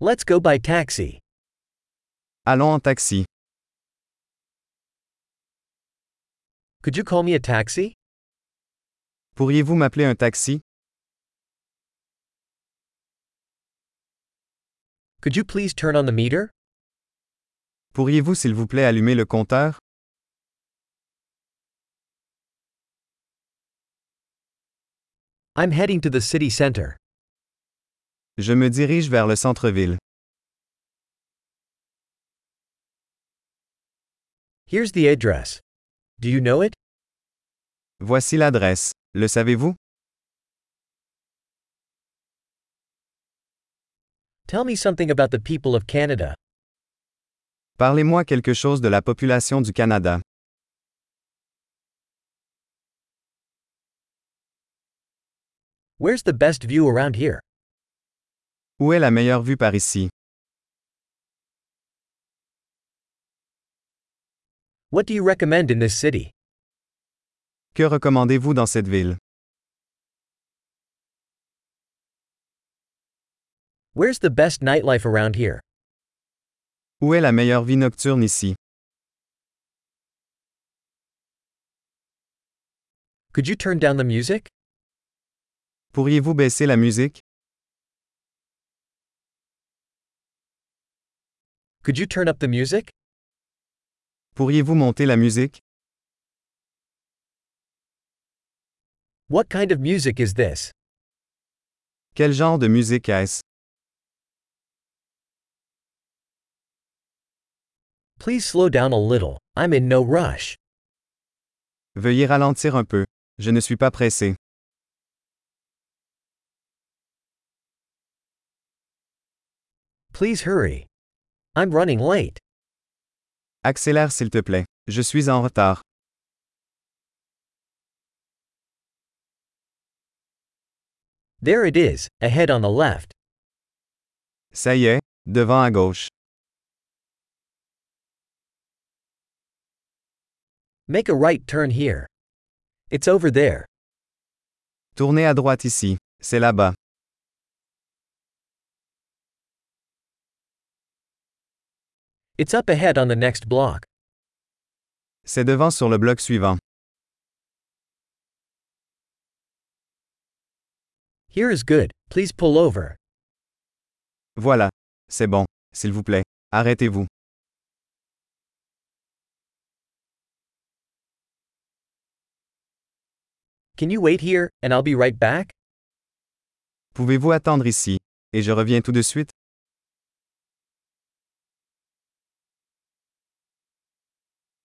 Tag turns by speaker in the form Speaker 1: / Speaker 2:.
Speaker 1: Let's go by taxi.
Speaker 2: Allons en taxi.
Speaker 1: Could you call me a taxi?
Speaker 2: Pourriez-vous m'appeler un taxi?
Speaker 1: Could you please turn on the meter?
Speaker 2: Pourriez-vous s'il vous plaît allumer le compteur?
Speaker 1: I'm heading to the city center.
Speaker 2: Je me dirige vers le centre-ville.
Speaker 1: Here's the address. Do you know it?
Speaker 2: Voici l'adresse. Le savez-vous?
Speaker 1: Tell me something about the people of Canada.
Speaker 2: Parlez-moi quelque chose de la population du Canada.
Speaker 1: Where's the best view around here?
Speaker 2: Où est la meilleure vue par ici?
Speaker 1: What do you recommend in this city?
Speaker 2: Que recommandez-vous dans cette ville?
Speaker 1: Where's the best nightlife around here?
Speaker 2: Où est la meilleure vie nocturne ici?
Speaker 1: Could you turn down the music?
Speaker 2: Pourriez-vous baisser la musique?
Speaker 1: Could you turn up the music?
Speaker 2: Pourriez-vous monter la musique?
Speaker 1: What kind of music is this?
Speaker 2: Quel genre de musique est-ce?
Speaker 1: Please slow down a little. I'm in no rush.
Speaker 2: Veuillez ralentir un peu. Je ne suis pas pressé.
Speaker 1: Please hurry. I'm running late.
Speaker 2: Accélère s'il te plaît. Je suis en retard.
Speaker 1: There it is, ahead on the left.
Speaker 2: Ça y est, devant à gauche.
Speaker 1: Make a right turn here. It's over there.
Speaker 2: Tournez à droite ici. C'est là-bas.
Speaker 1: It's up ahead on the next block.
Speaker 2: C'est devant sur le bloc suivant.
Speaker 1: Here is good. Please pull over.
Speaker 2: Voilà. C'est bon. S'il vous plaît, arrêtez-vous.
Speaker 1: Can you wait here, and I'll be right back?
Speaker 2: Pouvez-vous attendre ici? Et je reviens tout de suite?